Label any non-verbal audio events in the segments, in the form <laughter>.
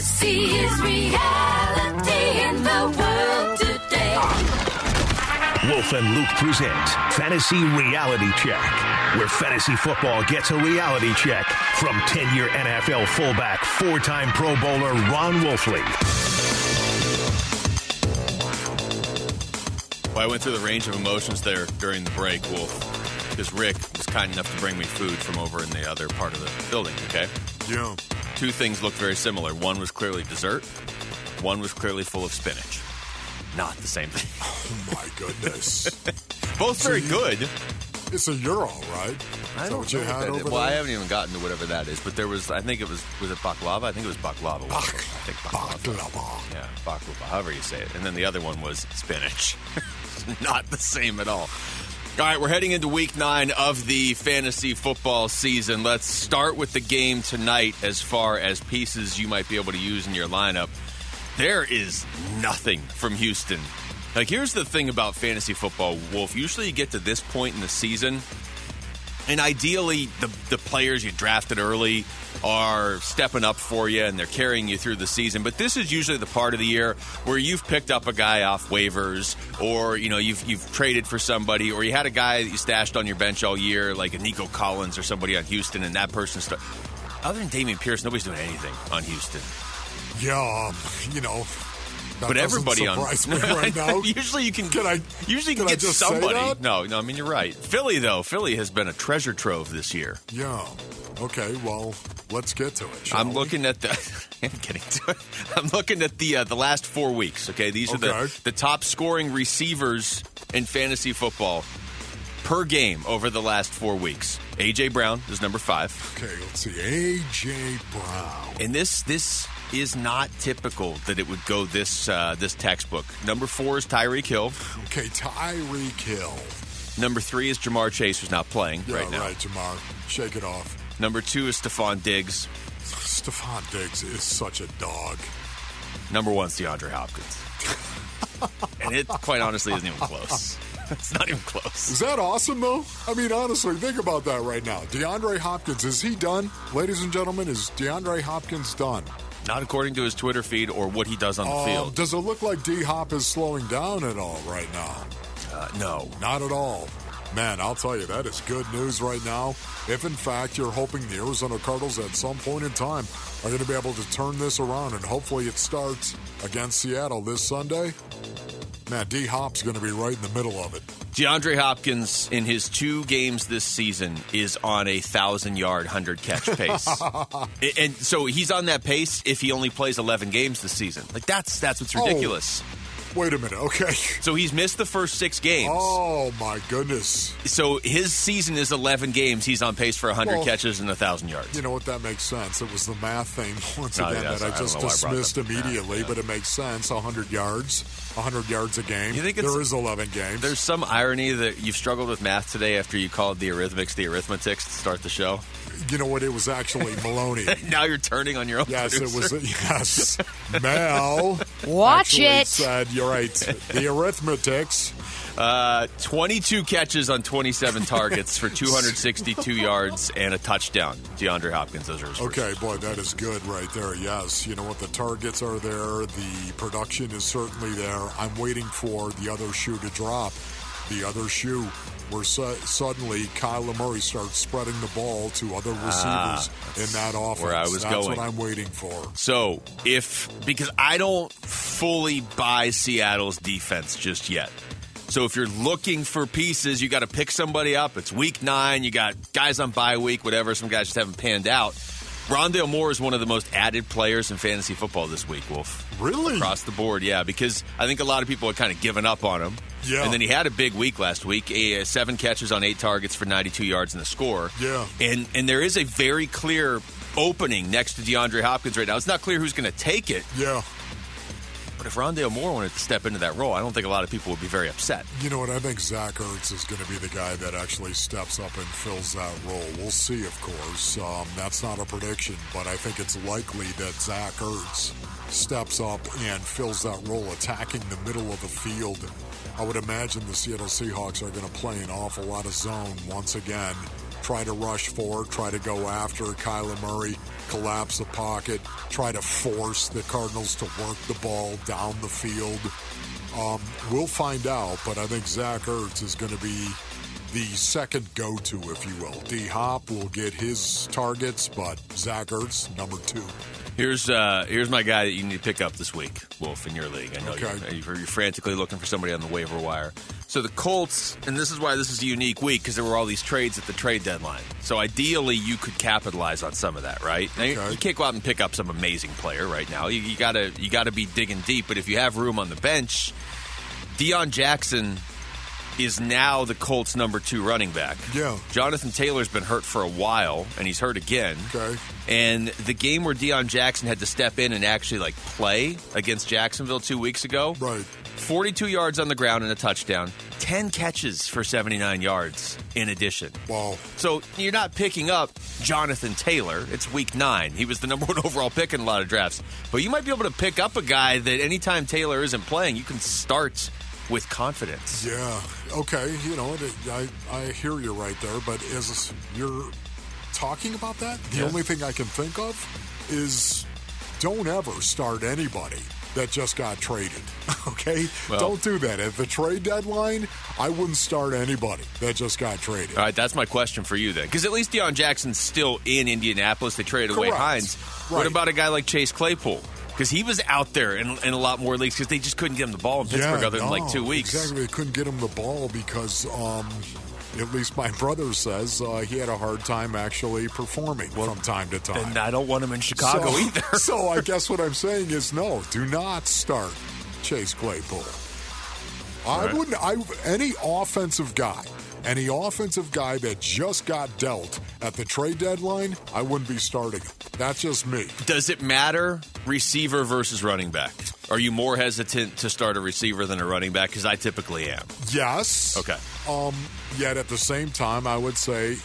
see is reality in the world today. Wolf and Luke present Fantasy Reality Check, where fantasy football gets a reality check from 10 year NFL fullback, four time Pro Bowler Ron Wolfley. Well, I went through the range of emotions there during the break, Wolf, because Rick was kind enough to bring me food from over in the other part of the building, okay? Yeah. Two things looked very similar. One was clearly dessert, one was clearly full of spinach. Not the same thing. <laughs> Oh, My goodness. Both very good. it's a Ural, right? Is that what you had over Well, I there? haven't even gotten to whatever that is, but there was, I think it was, was it baklava? I think it was baklava. Bak- I think baklava. baklava. Yeah, baklava, however you say it. And then the other one was spinach. <laughs> Not the same at all. All right, we're heading into week nine of the fantasy football season. Let's start with the game tonight as far as pieces you might be able to use in your lineup. There is nothing from Houston. Like, here's the thing about fantasy football, Wolf. Usually you get to this point in the season, and ideally, the, the players you drafted early are stepping up for you and they're carrying you through the season. But this is usually the part of the year where you've picked up a guy off waivers or, you know, you've, you've traded for somebody or you had a guy that you stashed on your bench all year, like a Nico Collins or somebody on Houston, and that person. St- Other than Damian Pierce, nobody's doing anything on Houston. Yeah, um, you know. That but doesn't everybody on <laughs> surprise me right now. usually you can Can I- usually you can I get just say somebody. that? No, no, I mean you're right. Philly though, Philly has been a treasure trove this year. Yeah. Okay. Well, let's get to it. shall I'm we? looking at the. <laughs> I'm getting to it. I'm looking at the uh, the last four weeks. Okay, these are Okay. the the top scoring receivers in fantasy football per game over the last four weeks. AJ Brown is number five, Okay. Let's see. AJ Brown. and this this is not typical that it would go this uh, this textbook. Number four is Tyreek Hill. Okay. Tyreek Hill. Number three is Jamar Chase, who's not playing Yeah. right now. Jamar. Shake it off. Number two is Stephon Diggs. Stephon Diggs is such a dog. Number one is DeAndre <laughs> Hopkins. and it, quite honestly, isn't even close. <laughs> It's not even close. Is that awesome though? I mean, honestly, think about that right now. DeAndre Hopkins is he done, ladies and gentlemen? Is DeAndre Hopkins done? Not according to his Twitter feed or what he does on the Um, field. Does it look like D Hop is slowing down at all right now? Uh, no. Not at all. Man, I'll tell you, that is good news right now. If in fact you're hoping the Arizona Cardinals at some point in time are going to be able to turn this around, and hopefully it starts against Seattle this Sunday, man, D Hop's going to be right in the middle of it. DeAndre Hopkins, in his two games this season, is on a thousand yard, hundred <laughs> catch pace, A- and so he's on that pace if he only plays eleven games this season. Like that's that's what's Oh. ridiculous. Wait a minute, okay. So he's missed the first six games. Oh my goodness. So his season is eleven games. He's on pace for hundred Well, catches and thousand yards. You know what? That makes sense. It was the math thing <laughs> once No, again yeah, that Oh, I I don't just know why I brought dismissed up the math, immediately, yeah. but it makes sense. 100 yards, 100 yards a game. You think it's- there is 11 games. There's some irony that you've struggled with math today after you called the arithmetics the arithmetics to start the show. You know what? It <laughs> was actually Maloney. Now you're turning on your own. Yes, it producer. was. <laughs> Yes, Mel. Watch actually uh, it. Said you're right. The arithmetics. Uh, 22 catches on 27 targets for 262 yards and a touchdown. DeAndre Hopkins, those are his first- Okay, boy, that is good right there. Yes, you know what? The targets are there. The production is certainly there. I'm waiting for the other shoe to drop. The other shoe, where su- suddenly Kyler Murray starts spreading the ball to other receivers in that offense. Ah, where I was That's going. what I'm waiting for. So if because I don't fully buy Seattle's defense just yet. So if you're looking for pieces, you got to pick somebody up. It's week nine. You got guys on bye week, whatever. Some guys just haven't panned out. Rondale Moore is one of the most added players in fantasy football this week, Wolf. Really? across the board. Yeah, because I think a lot of people had kind of given up on him. Yeah. And then he had a big week last week. eh, seven catches on eight targets for 92 yards and a score. Yeah. And and there is a very clear opening next to DeAndre Hopkins right now. It's not clear who's going to take it, Yeah. but if Rondale Moore wanted to step into that role, I don't think a lot of people would be very upset. You know what? I think Zach Ertz is going to be the guy that actually steps up and fills that role. We'll see, of course. Um, that's not a prediction, but I think it's likely that Zach Ertz steps up and fills that role, attacking the middle of the field. I would imagine the Seattle Seahawks are going to play an awful lot of zone once again. Try to rush for, try to go after Kyler Murray. collapse a pocket, try to force the Cardinals to work the ball down the field. Um, we'll find out, but I think Zach Ertz is going to be the second go to, if you will. D Hop will get his targets, but Zach Ertz, number two. Here's uh, here's my guy that you need to pick up this week, Wolf, in your league. I know Okay. you're, you're frantically looking for somebody on the waiver wire. So the Colts, and this is why this is a unique week because there were all these trades at the trade deadline. So ideally, you could capitalize on some of that, right? Now, you, Okay. you can't go out and pick up some amazing player right now. You, you gotta you gotta be digging deep. But if you have room on the bench, Deion Jackson is now the Colts' number two running back. Yeah. Jonathan Taylor's been hurt for a while, and he's hurt again. Okay. And the game where Deion Jackson had to step in and actually like play against Jacksonville two weeks ago, Right. 42 yards on the ground and a touchdown, 10 catches for 79 yards in addition. Wow. So you're not picking up Jonathan Taylor. It's week nine. He was the <laughs> number one overall pick in a lot of drafts. But you might be able to pick up a guy that anytime Taylor isn't playing, you can start with confidence. Yeah. Okay. You know, it- I I hear you right there, but as you're talking about that, the Yeah. only thing I can think of is don't ever start anybody that just got traded. <laughs> Okay? Well- don't do that. At the trade deadline, I wouldn't start anybody that just got traded. All right, that's my question for you then. Because at least Deion Jackson's still in Indianapolis. They traded away Correct. Hines. What Right. about a guy like Chase Claypool? Because he was out there in, in a lot more leagues because they just couldn't get him the ball in Pittsburgh other than like no, two weeks. Exactly. They couldn't get him the ball because, um, at least my brother says, uh, he had a hard time actually performing from time to time. And I don't want him in Chicago so, either. <laughs> <laughs> so I guess what I'm saying is no, do not start Chase Claypool. I right. wouldn't I any offensive guy, any offensive guy that just got dealt at the trade deadline, I wouldn't be starting him. That's just me. Does it matter receiver versus running back? Are you more hesitant to start a receiver than a running back? Because I typically am. Yes. Okay. Um, yet at the same time, I would say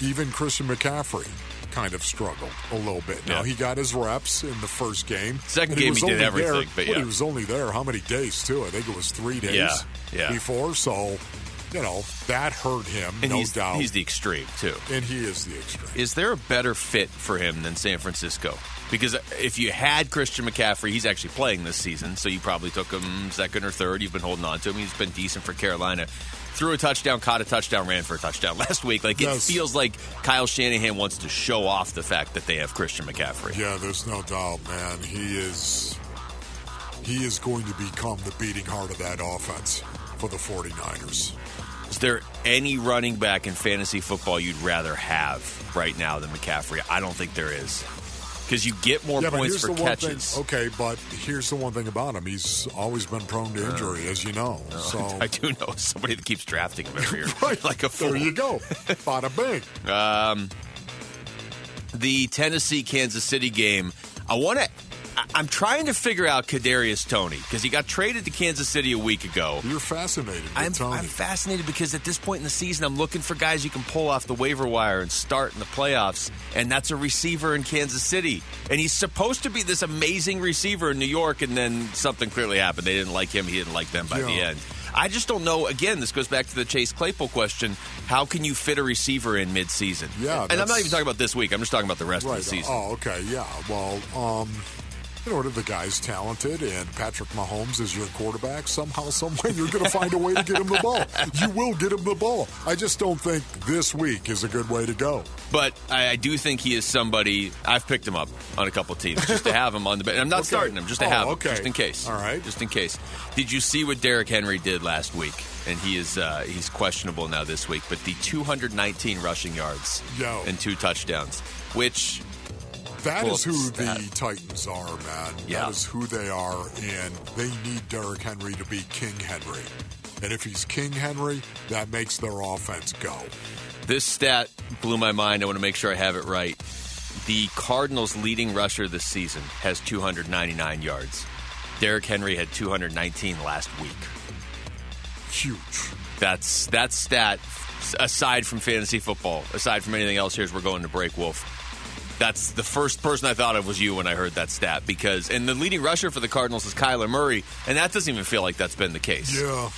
even Christian McCaffrey kind of struggled a little bit. Now Yeah. he got his reps in the first game. Second And game, was he did only there- everything, but yeah. he was only there how many days too? I think it was three days. Yeah, yeah. Before, so you know that hurt him, And no he's, doubt. he's the extreme, too. and he is the extreme. Is there a better fit for him than San Francisco? Because if you had Christian McCaffrey, he's actually playing this season, so you probably took him second or third. You've been holding on to him. He's been decent for Carolina. Threw a touchdown, caught a touchdown, ran for a touchdown <laughs> last week. Like, Yes. it feels like Kyle Shanahan wants to show off the fact that they have Christian McCaffrey. Yeah, there's no doubt, man. He is he is going to become the beating heart of that offense for the 49ers. Is there any running back in fantasy football you'd rather have right now than McCaffrey? I don't think there is. Because you get more but points here's for the one catches. Thing, Oh, okay, but here's the one thing about him: he's always been prone to injury, as you know. Oh. <laughs> so I do know somebody that keeps drafting him every year. oh. <laughs> Right. Like a fool. There <laughs> you go. Bada bing. the Tennessee Kansas City game. I want to. I'm trying to figure out Kadarius Tony because he got traded to Kansas City a week ago. You're fascinated with I'm, Tony. I'm fascinated because at this point in the season, I'm looking for guys you can pull off the waiver wire and start in the playoffs, and that's a receiver in Kansas City. And he's supposed to be this amazing receiver in New York, and then something clearly happened. They didn't like him, he didn't like them by the Yeah. end. I just don't know. Again, this goes back to the Chase Claypool question. How can you fit a receiver in midseason? Yeah, And I'm not that's- even talking about this week. I'm just talking about the rest right. of the season. Oh, okay. Yeah. Well, um, in order the guy's talented and Patrick Mahomes is your quarterback, somehow, someway, you're going to find a way to get him the ball. You will get him the ball. I just don't think this week is a good way to go. But I, I do think he is somebody. I've picked him up on a couple teams just to have him on the bench. I'm not Okay. starting him, just to Oh, have him, okay. just in case. All right. just in case. Did you see what Derrick Henry did last week? And he is uh, he's questionable now this week. But the 219 rushing yards Yo. and two touchdowns, which That Well, is who it's that. the Titans are, man. Yeah. That is who they are, and they need Derrick Henry to be King Henry. And if he's King Henry, that makes their offense go. This stat blew my mind. I want to make sure I have it right. The Cardinals' leading rusher this season has 299 yards. Derrick Henry had 219 last week. Huge. That's that stat. Aside from fantasy football, aside from anything else, here's we're going to break Wolf. That's the first person I thought of was you when I heard that stat because and the leading rusher for the Cardinals is Kyler Murray, and that doesn't even feel like that's been the case. Yeah.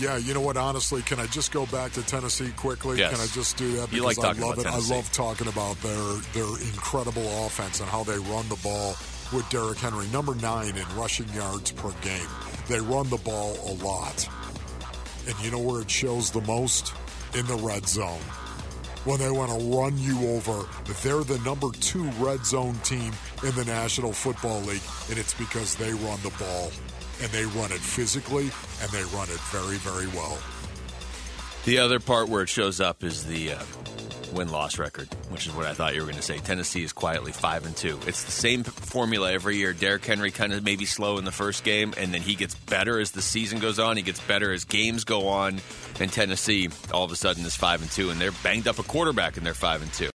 yeah, you know what? Honestly, can I just go back to Tennessee quickly? Yes. Can I just do that? You like talking I love about it. Tennessee. I love talking about their their incredible offense and how they run the ball with Derrick Henry, number nine in rushing yards per game. They run the ball a lot, and you know where it shows the most in the red zone. When they want to run you over, they're the number two red zone team in the National Football League, and it's because they run the ball. And they run it physically, and they run it very, very well. The other part where it shows up is the uh, win loss record, which is what I thought you were going to say. Tennessee is quietly five and two. It's the same formula every year. Derrick Henry kind of maybe slow in the first game, and then he gets better as the season goes on. He gets better as games go on, and Tennessee all of a sudden is five and two, and they're banged up a quarterback, and they're five and two.